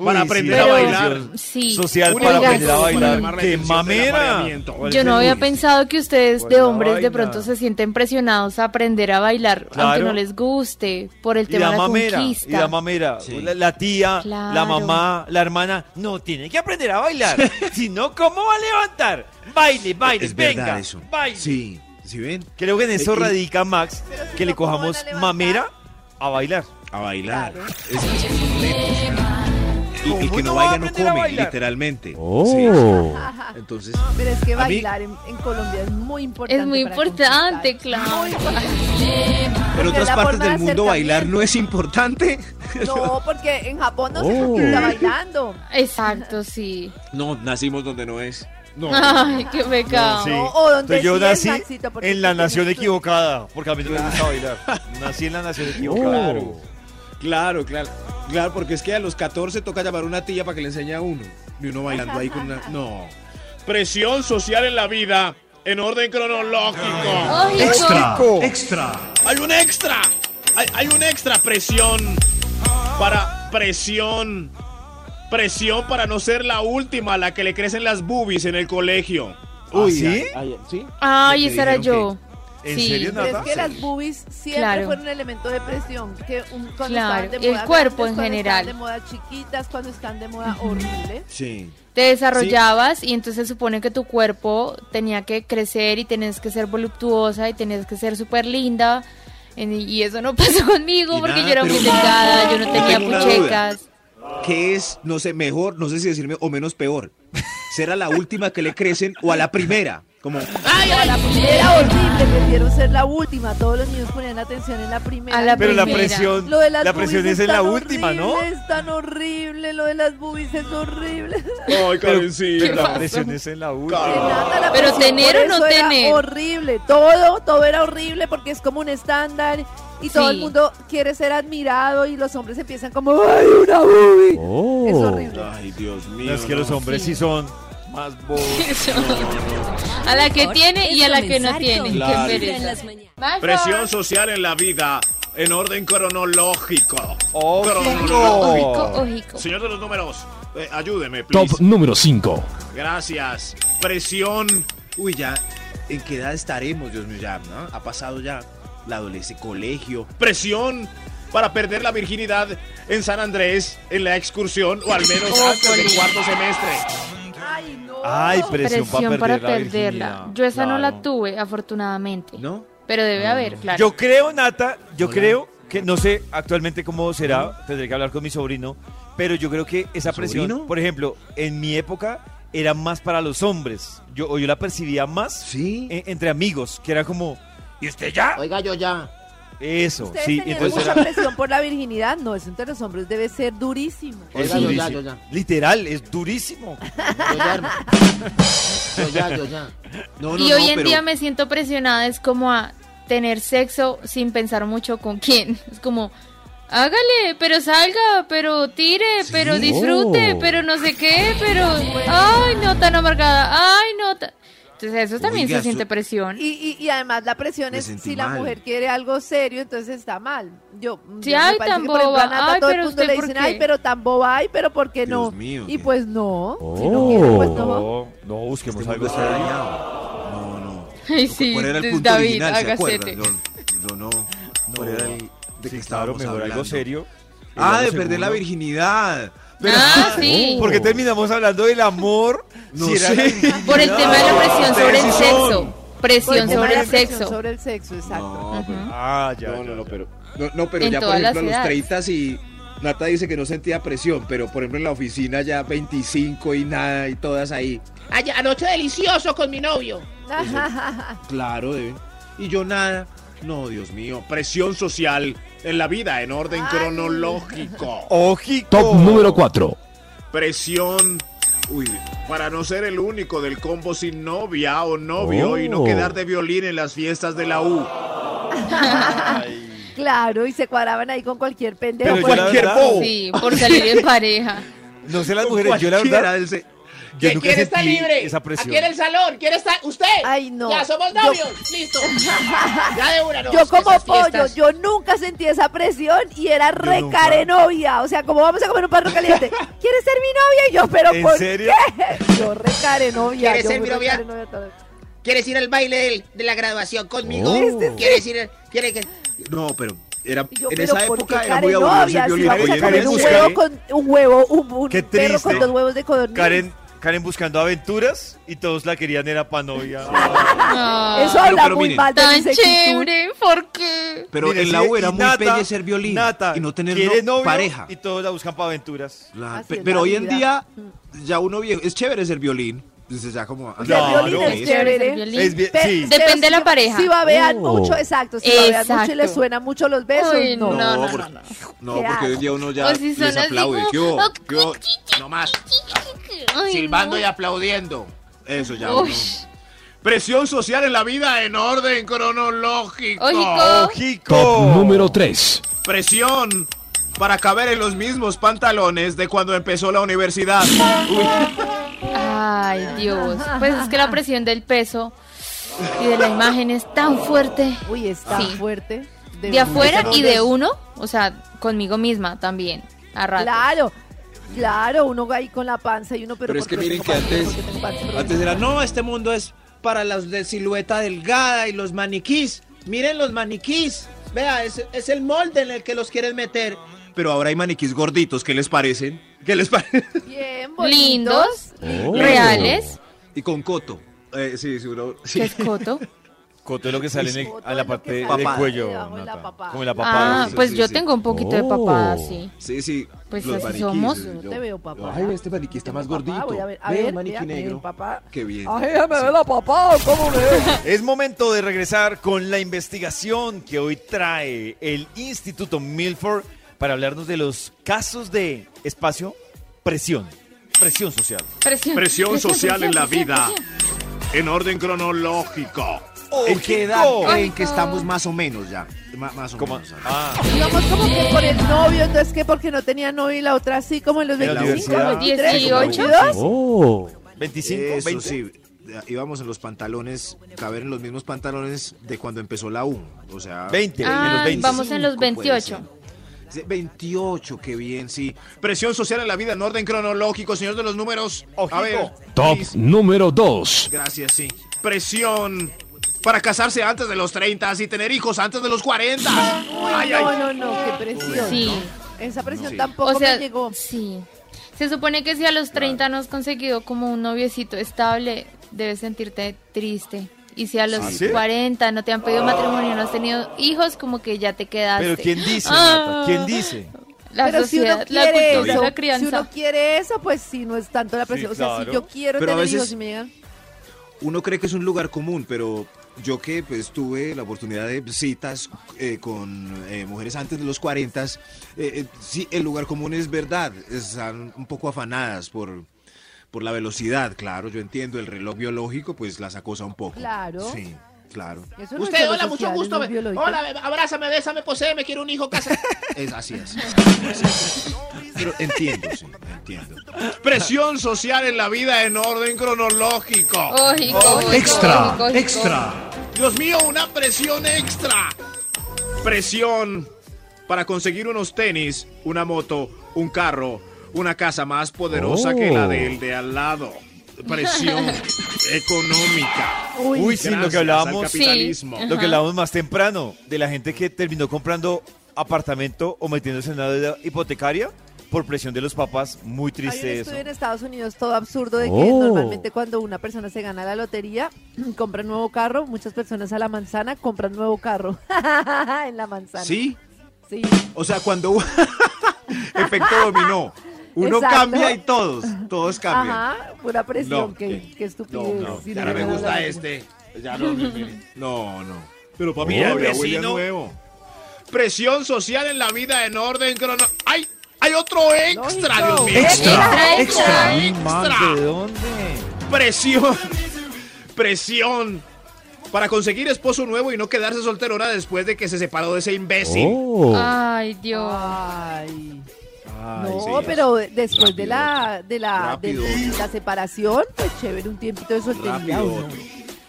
[SPEAKER 5] Ah,
[SPEAKER 7] Para
[SPEAKER 4] Uy,
[SPEAKER 7] aprender
[SPEAKER 4] sí,
[SPEAKER 7] a
[SPEAKER 4] la
[SPEAKER 7] bailar.
[SPEAKER 4] presión
[SPEAKER 5] sí.
[SPEAKER 4] Social
[SPEAKER 7] Único
[SPEAKER 4] para
[SPEAKER 5] Oigan,
[SPEAKER 4] aprender a
[SPEAKER 7] método para
[SPEAKER 4] bailar.
[SPEAKER 7] llamar la
[SPEAKER 4] ¡Qué
[SPEAKER 7] atención del
[SPEAKER 4] mamera!
[SPEAKER 7] apareamiento.
[SPEAKER 5] Yo no había pensado que ustedes
[SPEAKER 4] ¿Cuál es
[SPEAKER 5] de
[SPEAKER 4] la
[SPEAKER 5] hombres de
[SPEAKER 4] vaina?
[SPEAKER 5] pronto se sienten presionados a aprender a bailar, aunque
[SPEAKER 4] Claro.
[SPEAKER 5] no les guste, por el
[SPEAKER 4] Y
[SPEAKER 5] tema
[SPEAKER 4] la
[SPEAKER 5] de la
[SPEAKER 4] mamera,
[SPEAKER 5] conquista.
[SPEAKER 4] y la mamera,
[SPEAKER 7] Sí.
[SPEAKER 4] la, la tía, la
[SPEAKER 5] Claro.
[SPEAKER 4] mamá, la hermana, no, tiene que aprender a bailar, si no, ¿cómo va a levantar? Baile, baile,
[SPEAKER 7] Es
[SPEAKER 4] venga,
[SPEAKER 7] verdad eso.
[SPEAKER 4] baile.
[SPEAKER 7] Sí, ¿sí ven?
[SPEAKER 4] Creo que en eso
[SPEAKER 7] Eh, eh.
[SPEAKER 4] radica Max,
[SPEAKER 6] si
[SPEAKER 4] que le
[SPEAKER 6] no, ¿cómo van a
[SPEAKER 4] cojamos
[SPEAKER 6] levantar?
[SPEAKER 4] mamera a bailar.
[SPEAKER 7] A bailar. Es- y el
[SPEAKER 4] ¿Cómo
[SPEAKER 7] que
[SPEAKER 4] no
[SPEAKER 7] no
[SPEAKER 4] va a
[SPEAKER 7] baila no
[SPEAKER 4] aprender a
[SPEAKER 7] come,
[SPEAKER 4] bailar?
[SPEAKER 7] literalmente. Sí. Entonces,
[SPEAKER 6] Pero es que
[SPEAKER 7] A mí-
[SPEAKER 6] bailar en, en Colombia es muy importante.
[SPEAKER 5] Es muy
[SPEAKER 6] para
[SPEAKER 5] importante,
[SPEAKER 6] conquistar.
[SPEAKER 5] claro.
[SPEAKER 6] Muy importante.
[SPEAKER 7] en
[SPEAKER 6] Porque
[SPEAKER 7] otras
[SPEAKER 6] la
[SPEAKER 7] partes
[SPEAKER 6] forma
[SPEAKER 7] del
[SPEAKER 6] de
[SPEAKER 7] mundo bailar
[SPEAKER 6] acercamiento.
[SPEAKER 7] no es importante.
[SPEAKER 6] No, porque en Japón no
[SPEAKER 7] Oh.
[SPEAKER 6] se conquista bailando.
[SPEAKER 5] Exacto, sí.
[SPEAKER 7] No, nacimos donde no es. No.
[SPEAKER 5] Ay, qué pecado.
[SPEAKER 4] Sí.
[SPEAKER 6] No, o donde
[SPEAKER 4] Entonces yo
[SPEAKER 6] sí es,
[SPEAKER 4] nací
[SPEAKER 6] Maxito, porque
[SPEAKER 4] en la
[SPEAKER 6] tú tienes
[SPEAKER 4] nación
[SPEAKER 6] tu-
[SPEAKER 4] equivocada, porque a mí no me gusta bailar. Nací en la nación
[SPEAKER 7] Oh.
[SPEAKER 4] equivocada.
[SPEAKER 7] Claro, claro. Claro, porque es que a los 14 toca llamar a una tía para que le enseñe a uno. Y uno bailando ahí con una. No. Presión social en la vida en orden cronológico.
[SPEAKER 5] Lógico.
[SPEAKER 7] ¡Extra! ¡Hay un extra! Hay, hay un extra presión. Para presión. Presión para no ser la última a la que le crecen las boobies en el colegio.
[SPEAKER 4] Uy, ¿sí?
[SPEAKER 5] Ay,
[SPEAKER 7] Porque
[SPEAKER 5] esa era yo.
[SPEAKER 7] dijeron
[SPEAKER 4] ¿En
[SPEAKER 5] sí.
[SPEAKER 4] serio,
[SPEAKER 6] Pero es
[SPEAKER 4] Nata?
[SPEAKER 6] que las boobies siempre
[SPEAKER 5] Claro.
[SPEAKER 6] fueron un elemento de presión. Que un, cuando
[SPEAKER 5] Claro,
[SPEAKER 6] estaban de
[SPEAKER 5] y el
[SPEAKER 6] moda
[SPEAKER 5] cuerpo
[SPEAKER 6] grandes,
[SPEAKER 5] en
[SPEAKER 6] cuando
[SPEAKER 5] general.
[SPEAKER 6] Están de moda chiquitas, cuando están de moda horrible.
[SPEAKER 7] Sí.
[SPEAKER 5] Te desarrollabas y entonces se supone que tu cuerpo tenía que crecer y tenías que ser voluptuosa y tenías que ser súper linda. En- Y eso no pasó conmigo
[SPEAKER 7] Y
[SPEAKER 5] porque
[SPEAKER 7] nada,
[SPEAKER 5] yo era
[SPEAKER 7] pero-
[SPEAKER 5] muy delgada, yo no tenía
[SPEAKER 7] Tengo una duda.
[SPEAKER 5] puchecas.
[SPEAKER 7] ¿Qué es, no sé, mejor, no sé si decirme, o menos peor? ¿Será la última que le crecen o a la primera? Como,
[SPEAKER 6] Era horrible, prefieron ser la última. Todos los niños ponían atención en la primera.
[SPEAKER 5] A la
[SPEAKER 4] Pero la
[SPEAKER 5] Mira,
[SPEAKER 4] presión,
[SPEAKER 6] Lo de las
[SPEAKER 4] la presión
[SPEAKER 6] boobies
[SPEAKER 4] es en la
[SPEAKER 6] tan
[SPEAKER 4] última, ¿no?
[SPEAKER 6] horrible, Es tan horrible, lo de las boobies es horrible.
[SPEAKER 7] ¡ay,
[SPEAKER 5] ¿Qué
[SPEAKER 4] La
[SPEAKER 5] pasó?
[SPEAKER 4] presión es en la
[SPEAKER 7] Ah.
[SPEAKER 4] última.
[SPEAKER 6] Nada,
[SPEAKER 5] Pero
[SPEAKER 6] la presión
[SPEAKER 5] tener
[SPEAKER 6] por
[SPEAKER 5] o no
[SPEAKER 6] eso era
[SPEAKER 5] tener.
[SPEAKER 6] horrible, todo, todo era horrible porque es como un estándar y todo
[SPEAKER 5] Sí.
[SPEAKER 6] el mundo quiere ser admirado y los hombres empiezan como ¡ay, una boobie! Es
[SPEAKER 7] Oh.
[SPEAKER 6] horrible.
[SPEAKER 7] Ay, Dios mío.
[SPEAKER 4] No, es que los hombres sí son más bobos.
[SPEAKER 5] A la que tiene y a la que no
[SPEAKER 1] Comenzar
[SPEAKER 5] tiene.
[SPEAKER 1] con
[SPEAKER 5] Qué
[SPEAKER 7] Claro.
[SPEAKER 1] Vibra en
[SPEAKER 5] pereza.
[SPEAKER 1] las mañanas.
[SPEAKER 5] Majo.
[SPEAKER 7] Presión social en la vida, en orden cronológico. Oh,
[SPEAKER 4] ¡Ojico!
[SPEAKER 5] Ojico, ojico.
[SPEAKER 7] Señor de los números, eh, ayúdeme, please.
[SPEAKER 10] Top número 5.
[SPEAKER 7] Gracias. Presión. Uy, ya, ¿en qué edad estaremos, Dios mío? Ya, ¿no? Ha pasado ya la adolescencia, colegio. Presión para perder la virginidad en San Andrés, en la excursión, o al menos antes del cuarto semestre.
[SPEAKER 6] Ay, no.
[SPEAKER 4] Ay, presión, para
[SPEAKER 5] Presión para
[SPEAKER 4] perder la
[SPEAKER 5] perderla.
[SPEAKER 4] virginidad,
[SPEAKER 5] Yo esa no
[SPEAKER 4] claro.
[SPEAKER 5] la tuve, afortunadamente.
[SPEAKER 7] ¿No?
[SPEAKER 5] Pero debe haber, claro.
[SPEAKER 4] Yo creo, Nata, yo creo que no sé actualmente cómo será, tendré que hablar con mi sobrino, pero yo creo que esa presión,
[SPEAKER 7] ¿Sobrino?
[SPEAKER 4] por ejemplo, en mi época era más para los hombres. Yo, o yo la percibía más
[SPEAKER 7] Sí.
[SPEAKER 4] en- entre amigos, que era como, ¿y usted ya?
[SPEAKER 9] Oiga, yo ya.
[SPEAKER 4] Eso,
[SPEAKER 6] Ustedes
[SPEAKER 4] sí,
[SPEAKER 6] tenían
[SPEAKER 7] pues
[SPEAKER 4] entonces
[SPEAKER 6] mucha
[SPEAKER 4] era
[SPEAKER 6] presión por la virginidad. No, eso entre los hombres debe ser durísimo.
[SPEAKER 9] Oiga,
[SPEAKER 4] es
[SPEAKER 9] yo ya,
[SPEAKER 4] durísimo.
[SPEAKER 9] yo ya.
[SPEAKER 4] Literal, es durísimo.
[SPEAKER 9] Yo ya, hermano. Yo ya, yo ya.
[SPEAKER 7] No,
[SPEAKER 5] y hoy en día me siento presionada, es como a tener sexo sin pensar mucho con quién. Es como, hágale, pero salga, pero tire, pero
[SPEAKER 7] Oh.
[SPEAKER 5] disfrute, pero no sé qué, pero... Ay, no tan amargada, ay, no tan... Entonces eso también
[SPEAKER 7] Oiga,
[SPEAKER 5] se siente
[SPEAKER 7] eso-
[SPEAKER 5] presión.
[SPEAKER 6] Y, y, y además la presión
[SPEAKER 7] Me
[SPEAKER 6] es
[SPEAKER 7] sentí
[SPEAKER 6] si la
[SPEAKER 7] mal.
[SPEAKER 6] mujer quiere algo serio, entonces está mal. Yo,
[SPEAKER 5] Sí,
[SPEAKER 6] yo
[SPEAKER 5] ay,
[SPEAKER 6] parece
[SPEAKER 5] tan
[SPEAKER 6] que, por ejemplo, a
[SPEAKER 5] boba,
[SPEAKER 6] Nata
[SPEAKER 5] ay,
[SPEAKER 6] todo
[SPEAKER 5] pero
[SPEAKER 6] el mundo
[SPEAKER 5] usted,
[SPEAKER 6] le
[SPEAKER 5] ¿por
[SPEAKER 6] dicen,
[SPEAKER 5] qué?
[SPEAKER 6] ay, pero tan boba, ay, pero ¿por qué no?
[SPEAKER 7] Dios mío,
[SPEAKER 6] y
[SPEAKER 7] qué-
[SPEAKER 6] pues no, si no quiere, pues no.
[SPEAKER 4] No, no, busquemos
[SPEAKER 7] Oh. Este mundo
[SPEAKER 4] algo
[SPEAKER 7] está
[SPEAKER 4] serio.
[SPEAKER 7] dañado. No, no.
[SPEAKER 5] Ay,
[SPEAKER 7] No,
[SPEAKER 5] sí,
[SPEAKER 7] ¿Cuál era el
[SPEAKER 5] entonces,
[SPEAKER 7] punto
[SPEAKER 5] David,
[SPEAKER 7] original? ¿Se
[SPEAKER 5] hágase.
[SPEAKER 7] acuerdan? No, no, no. ¿Cuál era el de
[SPEAKER 4] Sí,
[SPEAKER 7] que
[SPEAKER 4] claro,
[SPEAKER 7] estábamos
[SPEAKER 4] mejor algo
[SPEAKER 7] hablando?
[SPEAKER 4] serio.
[SPEAKER 7] Ah, de
[SPEAKER 4] Algo
[SPEAKER 7] perder la
[SPEAKER 4] seguro.
[SPEAKER 7] virginidad.
[SPEAKER 4] Pero-
[SPEAKER 5] Ah, sí.
[SPEAKER 4] ¿Por qué terminamos hablando del amor?
[SPEAKER 3] No
[SPEAKER 4] Si era
[SPEAKER 3] sé.
[SPEAKER 4] la intimidad.
[SPEAKER 5] Por el tema de la presión sobre el
[SPEAKER 4] Ustedes sí son.
[SPEAKER 5] sexo. Presión
[SPEAKER 6] Porque
[SPEAKER 5] sobre
[SPEAKER 6] la
[SPEAKER 5] el
[SPEAKER 6] presión
[SPEAKER 5] sexo.
[SPEAKER 6] Sobre el sexo, exacto.
[SPEAKER 3] No, pero,
[SPEAKER 4] Ah, ya.
[SPEAKER 3] no,
[SPEAKER 4] ya,
[SPEAKER 3] no, no,
[SPEAKER 4] ya.
[SPEAKER 3] pero, no, no, pero
[SPEAKER 5] En
[SPEAKER 3] ya por
[SPEAKER 5] todas las
[SPEAKER 3] ejemplo a los
[SPEAKER 5] edades.
[SPEAKER 3] 30 si Nata dice que no sentía presión, pero por ejemplo en la oficina ya 25 y nada y todas ahí.
[SPEAKER 7] Ay, anoche delicioso con mi novio.
[SPEAKER 3] Claro, deben. Y yo nada. No, Dios mío, presión social en la vida ¿eh? en orden cronológico.
[SPEAKER 4] Ojico.
[SPEAKER 8] Top número 4.
[SPEAKER 3] presión uy, para no ser el único del combo sin novia o novio
[SPEAKER 8] Oh.
[SPEAKER 3] y no quedar de violín en las fiestas de la U.
[SPEAKER 6] Claro, y se cuadraban ahí con cualquier pendejo.
[SPEAKER 4] Pero yo
[SPEAKER 6] por
[SPEAKER 4] la
[SPEAKER 6] ahí.
[SPEAKER 4] verdad-
[SPEAKER 3] bobo.
[SPEAKER 5] Sí,
[SPEAKER 7] Oh.
[SPEAKER 5] por salir en pareja.
[SPEAKER 4] No sé las mujeres, yo la verdad. yo
[SPEAKER 7] ¿Qui-
[SPEAKER 4] nunca
[SPEAKER 7] ¿Quién está
[SPEAKER 4] sentí
[SPEAKER 7] libre?
[SPEAKER 4] Esa presión.
[SPEAKER 7] Aquí en el salón. ¿Quién está? ¿Usted?
[SPEAKER 6] Ay, no.
[SPEAKER 7] Ya somos
[SPEAKER 6] Yo-
[SPEAKER 7] novios. Listo. Ya de una, no,
[SPEAKER 6] Yo
[SPEAKER 7] es que
[SPEAKER 6] como
[SPEAKER 7] esas
[SPEAKER 6] pollo,
[SPEAKER 7] fiestas-
[SPEAKER 6] yo nunca sentí esa presión y era re
[SPEAKER 4] nunca.
[SPEAKER 6] care novia. O sea, como vamos a comer un perro caliente, ¿quieres ser mi novia? Y yo, pero
[SPEAKER 4] ¿En
[SPEAKER 6] ¿por
[SPEAKER 4] serio?
[SPEAKER 6] qué? Yo re care novia.
[SPEAKER 7] ¿Quieres
[SPEAKER 6] yo
[SPEAKER 7] ser
[SPEAKER 6] fui
[SPEAKER 7] mi
[SPEAKER 6] re
[SPEAKER 7] novia?
[SPEAKER 6] carenovia toda la-
[SPEAKER 7] ¿Quieres ir al baile del- de la graduación conmigo?
[SPEAKER 4] Oh.
[SPEAKER 7] ¿Quieres ir? ¿Quieres que.?
[SPEAKER 3] No, pero era,
[SPEAKER 6] Y yo,
[SPEAKER 3] en
[SPEAKER 6] pero
[SPEAKER 3] esa
[SPEAKER 6] ¿por qué
[SPEAKER 3] época era
[SPEAKER 6] Karen
[SPEAKER 3] muy aburrido
[SPEAKER 6] novia?
[SPEAKER 3] ser
[SPEAKER 6] Si
[SPEAKER 3] violín.
[SPEAKER 6] vamos
[SPEAKER 4] Oye,
[SPEAKER 6] a comer
[SPEAKER 4] Karen
[SPEAKER 6] un
[SPEAKER 4] busca, ¿eh?
[SPEAKER 6] huevo con un huevo, un, un
[SPEAKER 4] Qué
[SPEAKER 6] perro con
[SPEAKER 4] triste.
[SPEAKER 6] dos huevos de codorniz.
[SPEAKER 4] Karen, Karen buscando aventuras y todos la querían era pa' novia.
[SPEAKER 5] Ah,
[SPEAKER 6] Eso
[SPEAKER 3] Ah,
[SPEAKER 6] habla
[SPEAKER 3] pero
[SPEAKER 6] muy
[SPEAKER 3] miren.
[SPEAKER 6] mal de mi
[SPEAKER 5] tan
[SPEAKER 6] sexitud.
[SPEAKER 5] chévere, ¿por qué?
[SPEAKER 3] Pero
[SPEAKER 4] Mire,
[SPEAKER 3] en la
[SPEAKER 4] sí,
[SPEAKER 3] U era
[SPEAKER 4] y
[SPEAKER 3] muy
[SPEAKER 4] Nata-
[SPEAKER 3] pelle ser violín
[SPEAKER 4] Nata
[SPEAKER 3] y no tener
[SPEAKER 4] quiere
[SPEAKER 3] no-
[SPEAKER 4] novio
[SPEAKER 3] pareja.
[SPEAKER 4] Y todos la buscan para aventuras.
[SPEAKER 3] La-
[SPEAKER 6] Así
[SPEAKER 3] pe-
[SPEAKER 6] es
[SPEAKER 3] pero
[SPEAKER 6] la
[SPEAKER 3] hoy en
[SPEAKER 6] vida. Mm.
[SPEAKER 3] día ya uno viejo es chévere ser viviolín. Dices ya como ah,
[SPEAKER 6] O
[SPEAKER 4] sea,
[SPEAKER 3] claro,
[SPEAKER 4] violín es
[SPEAKER 3] es-
[SPEAKER 5] Chévere ser
[SPEAKER 6] Chévere.
[SPEAKER 5] violín.
[SPEAKER 4] Es bien,
[SPEAKER 6] Pe-
[SPEAKER 4] sí.
[SPEAKER 6] pero
[SPEAKER 5] Depende de la
[SPEAKER 6] si-
[SPEAKER 5] pareja.
[SPEAKER 6] Si babean
[SPEAKER 8] Oh.
[SPEAKER 6] mucho, exacto. Si babean mucho y les
[SPEAKER 5] Exacto.
[SPEAKER 6] suena mucho los besos,
[SPEAKER 5] Uy,
[SPEAKER 6] no.
[SPEAKER 5] no, no,
[SPEAKER 3] porque,
[SPEAKER 5] no,
[SPEAKER 3] no,
[SPEAKER 6] Qué
[SPEAKER 3] porque hoy en día uno ya
[SPEAKER 5] O si son
[SPEAKER 3] les
[SPEAKER 5] así
[SPEAKER 3] aplaude.
[SPEAKER 5] como-
[SPEAKER 3] ¿Qué hubo?
[SPEAKER 5] Oh,
[SPEAKER 3] ¿Qué hubo? No más.
[SPEAKER 5] Ay,
[SPEAKER 7] Silbando
[SPEAKER 5] no.
[SPEAKER 7] y aplaudiendo.
[SPEAKER 3] Eso ya.
[SPEAKER 5] Uy,
[SPEAKER 3] uno- Presión social en la vida en orden cronológico.
[SPEAKER 5] Ojico.
[SPEAKER 4] Ojico.
[SPEAKER 8] Top número 3.
[SPEAKER 3] Presión para caber en los mismos pantalones de cuando empezó la universidad.
[SPEAKER 5] Ay, Dios. Pues es que la presión del peso y de la imagen es tan fuerte.
[SPEAKER 6] Uy, está
[SPEAKER 5] Sí.
[SPEAKER 6] fuerte.
[SPEAKER 5] De,
[SPEAKER 6] uno.
[SPEAKER 5] afuera y de uno, o sea, conmigo misma también, a ratos.
[SPEAKER 6] Claro, claro, uno ahí con la panza y uno, pero.
[SPEAKER 3] Pero es
[SPEAKER 6] ¿por qué
[SPEAKER 3] que
[SPEAKER 6] no
[SPEAKER 3] miren
[SPEAKER 6] tengo
[SPEAKER 3] que
[SPEAKER 6] panza?
[SPEAKER 3] antes-
[SPEAKER 6] ¿Por qué tengo panza? Pero
[SPEAKER 3] Antes era, no, este
[SPEAKER 9] mundo es para las de silueta delgada y los maniquís. Miren los maniquís. Vea, es, es el molde en el que los quieren meter.
[SPEAKER 3] Pero ahora hay maniquís gorditos, ¿qué les parecen? ¿Qué les parecen?
[SPEAKER 6] Bien,
[SPEAKER 5] Lindos,
[SPEAKER 6] bonitos.
[SPEAKER 3] Oh.
[SPEAKER 5] Oh. reales,
[SPEAKER 3] y con coto. Eh, sí, sí, uno- sí.
[SPEAKER 5] que es coto.
[SPEAKER 4] Coto es lo que sale en el- a la parte del
[SPEAKER 6] Todo lo que sale
[SPEAKER 4] cuello.
[SPEAKER 6] debajo de la
[SPEAKER 4] Nata.
[SPEAKER 6] papada.
[SPEAKER 4] Como en la papada.
[SPEAKER 5] Ah,
[SPEAKER 3] sí,
[SPEAKER 4] sí.
[SPEAKER 5] pues
[SPEAKER 3] sí,
[SPEAKER 5] yo
[SPEAKER 3] sí.
[SPEAKER 5] tengo un poquito de
[SPEAKER 8] Oh.
[SPEAKER 5] papada, sí.
[SPEAKER 3] Sí, sí.
[SPEAKER 5] Pues así
[SPEAKER 3] maniquís,
[SPEAKER 5] somos.
[SPEAKER 3] eh,
[SPEAKER 6] No
[SPEAKER 3] yo-
[SPEAKER 6] te veo, papá.
[SPEAKER 3] Ay, este maniquí está más
[SPEAKER 6] Papá,
[SPEAKER 3] gordito.
[SPEAKER 6] voy a ver, a
[SPEAKER 3] Veo
[SPEAKER 6] ver,
[SPEAKER 3] un maniquí
[SPEAKER 6] vea,
[SPEAKER 3] negro.
[SPEAKER 6] miren, papá.
[SPEAKER 3] Qué bien.
[SPEAKER 6] Ay, déjame ver la papada, ¿cómo me ve?
[SPEAKER 4] Es momento de regresar con la investigación que hoy trae el Instituto Milford para hablarnos de los casos de espacio, presión, presión social.
[SPEAKER 5] Presión,
[SPEAKER 3] Presión social en la
[SPEAKER 5] presión,
[SPEAKER 3] vida.
[SPEAKER 5] presión.
[SPEAKER 3] En orden cronológico. Oh. ¿En qué edad
[SPEAKER 4] Ojico.
[SPEAKER 3] creen que estamos más o menos ya? Ma- más o
[SPEAKER 4] Como-
[SPEAKER 3] menos.
[SPEAKER 4] ah,
[SPEAKER 6] Digamos como que por el novio, entonces que porque no tenía novio y la otra así como en los
[SPEAKER 4] En la
[SPEAKER 6] 25,
[SPEAKER 4] universidad.
[SPEAKER 6] 23,
[SPEAKER 5] 18.
[SPEAKER 6] 22.
[SPEAKER 8] Oh.
[SPEAKER 4] 25,
[SPEAKER 3] Eso
[SPEAKER 4] 20.
[SPEAKER 3] sí, eh, íbamos en los pantalones, caber en los mismos pantalones de cuando empezó la U. O sea,
[SPEAKER 4] 20, en los
[SPEAKER 5] Ah,
[SPEAKER 4] 20.
[SPEAKER 5] vamos en los
[SPEAKER 3] puede
[SPEAKER 5] 28.
[SPEAKER 3] ser. Sí, 28, qué bien, sí. Presión social en la vida en orden cronológico, señor de los números.
[SPEAKER 4] Ojico.
[SPEAKER 3] A ver.
[SPEAKER 8] Top
[SPEAKER 3] Liz,
[SPEAKER 8] número 2.
[SPEAKER 3] Gracias, sí. Presión para casarse antes de los 30 y tener hijos antes de los 40. Ay, ay.
[SPEAKER 6] no, no, no, qué presión.
[SPEAKER 5] Sí.
[SPEAKER 6] Esa presión
[SPEAKER 3] Sí.
[SPEAKER 6] tampoco
[SPEAKER 5] O sea,
[SPEAKER 6] me llegó.
[SPEAKER 5] sí. Se supone que si a los 30 no has conseguido como un noviecito estable, debes sentirte triste. Y si a los
[SPEAKER 4] ¿Ah, sí? Ah.
[SPEAKER 5] 40 no te han pedido matrimonio, no has tenido hijos, como que ya te quedaste.
[SPEAKER 4] Pero ¿quién dice,
[SPEAKER 5] Ah.
[SPEAKER 4] Nata? ¿Quién dice?
[SPEAKER 5] La
[SPEAKER 6] pero
[SPEAKER 5] sociedad,
[SPEAKER 6] si uno
[SPEAKER 5] la
[SPEAKER 6] quiere
[SPEAKER 5] cultura,
[SPEAKER 6] eso,
[SPEAKER 5] la crianza.
[SPEAKER 6] si uno quiere eso, pues sí, no es tanto la presión. O sea,
[SPEAKER 4] claro.
[SPEAKER 6] si yo quiero
[SPEAKER 3] Pero a
[SPEAKER 6] tener
[SPEAKER 3] veces-
[SPEAKER 6] hijos y me llegan,
[SPEAKER 3] uno cree que es un lugar común, pero yo que pues tuve la oportunidad de citas eh, con eh, mujeres antes de los 40, eh, eh, sí, el lugar común es verdad, están un poco afanadas por, por la velocidad, claro, yo entiendo, el reloj biológico pues las acosa un poco.
[SPEAKER 6] Claro.
[SPEAKER 3] Sí, claro.
[SPEAKER 6] eso no es
[SPEAKER 7] Usted,
[SPEAKER 6] solo
[SPEAKER 7] hola, mucho
[SPEAKER 6] social,
[SPEAKER 7] gusto.
[SPEAKER 6] es
[SPEAKER 7] me-
[SPEAKER 6] biológico.
[SPEAKER 7] hola, be- abrázame, bésame, poseeme, quiero un hijo, casa.
[SPEAKER 3] Es así, es. Pero entiendo, sí, entiendo. Presión social en la vida en orden cronológico.
[SPEAKER 5] Ojico, ojico, ojico, ojico.
[SPEAKER 3] Dios mío, una presión extra. Presión para conseguir unos tenis, una moto, un carro, una casa más poderosa
[SPEAKER 8] Oh.
[SPEAKER 3] que la del de al lado. Presión económica.
[SPEAKER 4] Uy, sí, lo
[SPEAKER 3] gracias
[SPEAKER 4] que
[SPEAKER 3] al
[SPEAKER 4] hablábamos,
[SPEAKER 3] capitalismo.
[SPEAKER 5] Sí.
[SPEAKER 4] lo que hablábamos más temprano, de la gente que terminó comprando apartamento o metiéndose en una deuda hipotecaria por presión de los papás. Muy triste
[SPEAKER 6] Hay un
[SPEAKER 4] eso.
[SPEAKER 6] estudio en Estados Unidos todo absurdo de que
[SPEAKER 11] Oh.
[SPEAKER 6] normalmente cuando una persona se gana la lotería, compra un nuevo carro, muchas personas a la manzana compran nuevo carro. en la manzana.
[SPEAKER 3] ¿Sí?
[SPEAKER 6] Sí.
[SPEAKER 3] O sea, cuando efecto dominó, uno
[SPEAKER 6] Exacto.
[SPEAKER 3] cambia y todos, todos cambian.
[SPEAKER 6] Ajá, pura presión,
[SPEAKER 3] No,
[SPEAKER 6] que,
[SPEAKER 3] ¿qué?
[SPEAKER 6] que estupidez.
[SPEAKER 3] No,
[SPEAKER 6] si
[SPEAKER 3] ya
[SPEAKER 6] le
[SPEAKER 3] no me
[SPEAKER 6] ganan
[SPEAKER 3] gusta
[SPEAKER 6] la-
[SPEAKER 3] este. Ya no, mire. No, Oh, no. Pero para
[SPEAKER 4] mí era el vecino.
[SPEAKER 3] nuevo. Presión social en la vida en orden crono. ¡Ay! Hay otro extra, Dios
[SPEAKER 6] Lógico.
[SPEAKER 3] mío.
[SPEAKER 5] Extra, extra.
[SPEAKER 4] Man, ¿De dónde?
[SPEAKER 3] Presión. Presión. Para conseguir esposo nuevo y no quedarse solterona después de que se separó de ese imbécil.
[SPEAKER 11] Oh.
[SPEAKER 5] Ay, Dios.
[SPEAKER 6] Ah. Ay.
[SPEAKER 3] Ay,
[SPEAKER 6] No,
[SPEAKER 3] sí.
[SPEAKER 6] pero después
[SPEAKER 3] Rápido.
[SPEAKER 6] de la de la, de
[SPEAKER 3] Rápido.
[SPEAKER 6] la separación, pues chévere, un tiempito de soltería.
[SPEAKER 3] Rápido,
[SPEAKER 6] ¿o no?
[SPEAKER 3] otro.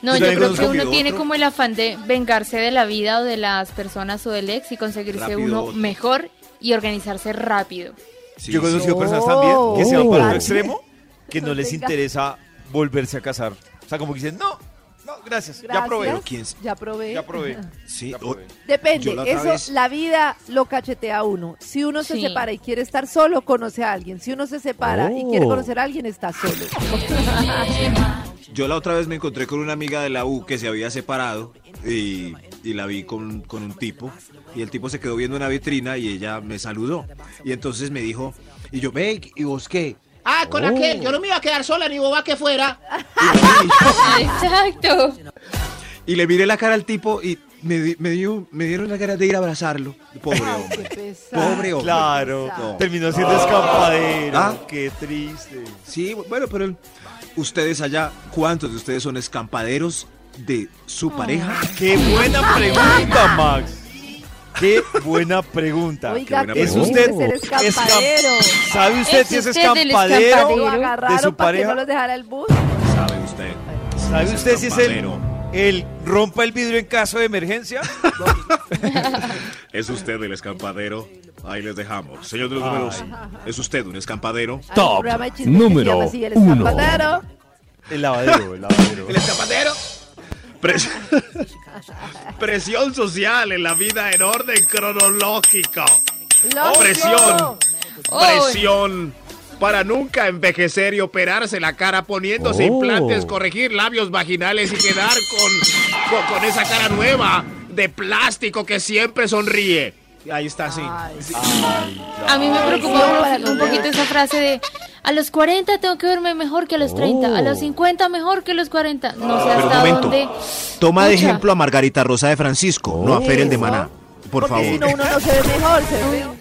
[SPEAKER 5] No,
[SPEAKER 4] Yo también
[SPEAKER 5] yo creo
[SPEAKER 4] conozco
[SPEAKER 5] que
[SPEAKER 4] que
[SPEAKER 5] uno
[SPEAKER 4] otro-
[SPEAKER 5] tiene como el afán de vengarse de la vida o de las personas o del ex y conseguirse
[SPEAKER 3] Rápido
[SPEAKER 5] uno
[SPEAKER 3] otro.
[SPEAKER 5] mejor y organizarse rápido.
[SPEAKER 3] Sí,
[SPEAKER 4] Yo
[SPEAKER 3] sí.
[SPEAKER 4] conozco
[SPEAKER 6] sí.
[SPEAKER 4] personas también que se van para otro extremo que no
[SPEAKER 6] No
[SPEAKER 4] les
[SPEAKER 6] tenga-
[SPEAKER 4] interesa volverse a casar. O sea, como que dicen, no, no, gracias, ya
[SPEAKER 6] Gracias,
[SPEAKER 4] probé.
[SPEAKER 3] Pero quién-
[SPEAKER 6] Ya probé.
[SPEAKER 4] Ya probé.
[SPEAKER 3] Sí,
[SPEAKER 4] Ya
[SPEAKER 3] o-
[SPEAKER 4] probé.
[SPEAKER 6] Depende,
[SPEAKER 3] Yo la otra
[SPEAKER 6] eso,
[SPEAKER 3] vez-
[SPEAKER 6] la vida lo cachetea a uno. Si uno se
[SPEAKER 5] Sí.
[SPEAKER 6] separa y quiere estar solo, conoce a alguien. Si uno se separa y quiere
[SPEAKER 11] Oh.
[SPEAKER 6] conocer a alguien, está solo.
[SPEAKER 3] Yo la otra vez me encontré con una amiga de la U que se había separado y, y la vi con, con un tipo y el tipo se quedó viendo una vitrina y ella me saludó y entonces me dijo y yo, ve, ¿y vos qué?
[SPEAKER 7] Ah, con
[SPEAKER 11] Oh.
[SPEAKER 7] aquel. Yo no me iba a quedar sola ni boba que fuera.
[SPEAKER 5] Exacto.
[SPEAKER 3] Y le miré la cara al tipo y me, di- me, dio, me dieron la cara de ir a abrazarlo. Pobre
[SPEAKER 6] Ay,
[SPEAKER 3] hombre.
[SPEAKER 6] qué pesar.
[SPEAKER 3] Pobre hombre.
[SPEAKER 4] Claro,
[SPEAKER 3] No.
[SPEAKER 4] terminó siendo escampadero.
[SPEAKER 3] Ah.
[SPEAKER 4] Qué triste.
[SPEAKER 3] Sí, bueno, pero el- ustedes allá, ¿cuántos de ustedes son escampaderos de su pareja?
[SPEAKER 4] Qué buena pregunta, Max. Qué buena pregunta.
[SPEAKER 6] Oiga,
[SPEAKER 3] buena
[SPEAKER 6] qué
[SPEAKER 4] ¿Es
[SPEAKER 11] pregunta.
[SPEAKER 6] triste
[SPEAKER 4] usted
[SPEAKER 11] Oh.
[SPEAKER 6] ser
[SPEAKER 4] escam-
[SPEAKER 6] escampadero.
[SPEAKER 4] ¿Sabe usted
[SPEAKER 5] ¿Es
[SPEAKER 4] si es
[SPEAKER 5] usted del
[SPEAKER 6] Lo
[SPEAKER 5] escampadero?
[SPEAKER 4] escampadero?
[SPEAKER 6] agarraron
[SPEAKER 4] su
[SPEAKER 6] para que
[SPEAKER 4] pareja?
[SPEAKER 6] no los dejara el bus.
[SPEAKER 3] ¿Sabe usted?
[SPEAKER 4] ¿Sabe usted si es el,
[SPEAKER 3] Escampadero.
[SPEAKER 4] el rompa el vidrio en caso de emergencia?
[SPEAKER 3] ¿Es usted el escampadero? Ahí les dejamos. Señor de los números, ¿es usted un escampadero?
[SPEAKER 6] Hay un
[SPEAKER 8] Top
[SPEAKER 6] programa de chistes que se
[SPEAKER 8] número
[SPEAKER 6] llama así, el
[SPEAKER 8] uno.
[SPEAKER 6] escampadero.
[SPEAKER 4] El lavadero, el lavadero.
[SPEAKER 3] ¿El escampadero? Pres- Presión social en la vida en orden cronológico.
[SPEAKER 6] ¡Loco!
[SPEAKER 3] Presión.
[SPEAKER 5] Oh.
[SPEAKER 3] Presión. Para nunca envejecer y operarse la cara poniéndose
[SPEAKER 11] Oh.
[SPEAKER 3] implantes, corregir labios vaginales y quedar con, con, con esa cara nueva de plástico que siempre sonríe. Ahí está, sí.
[SPEAKER 6] Ay,
[SPEAKER 5] A mí me preocupa
[SPEAKER 6] Presión
[SPEAKER 5] un-
[SPEAKER 6] para los
[SPEAKER 5] un poquito
[SPEAKER 6] dedos.
[SPEAKER 5] esa frase de a los 40 tengo que verme mejor que a los 30, a los 50 mejor que los 40. No sé
[SPEAKER 3] Oh. Pero un
[SPEAKER 5] hasta
[SPEAKER 3] momento.
[SPEAKER 5] dónde.
[SPEAKER 3] Toma de
[SPEAKER 5] Pucha.
[SPEAKER 3] ejemplo a Margarita Rosa de Francisco, no a Perel de Maná. Por
[SPEAKER 6] Oh. Porque
[SPEAKER 3] favor.
[SPEAKER 6] si no, uno no se ve mejor, se ve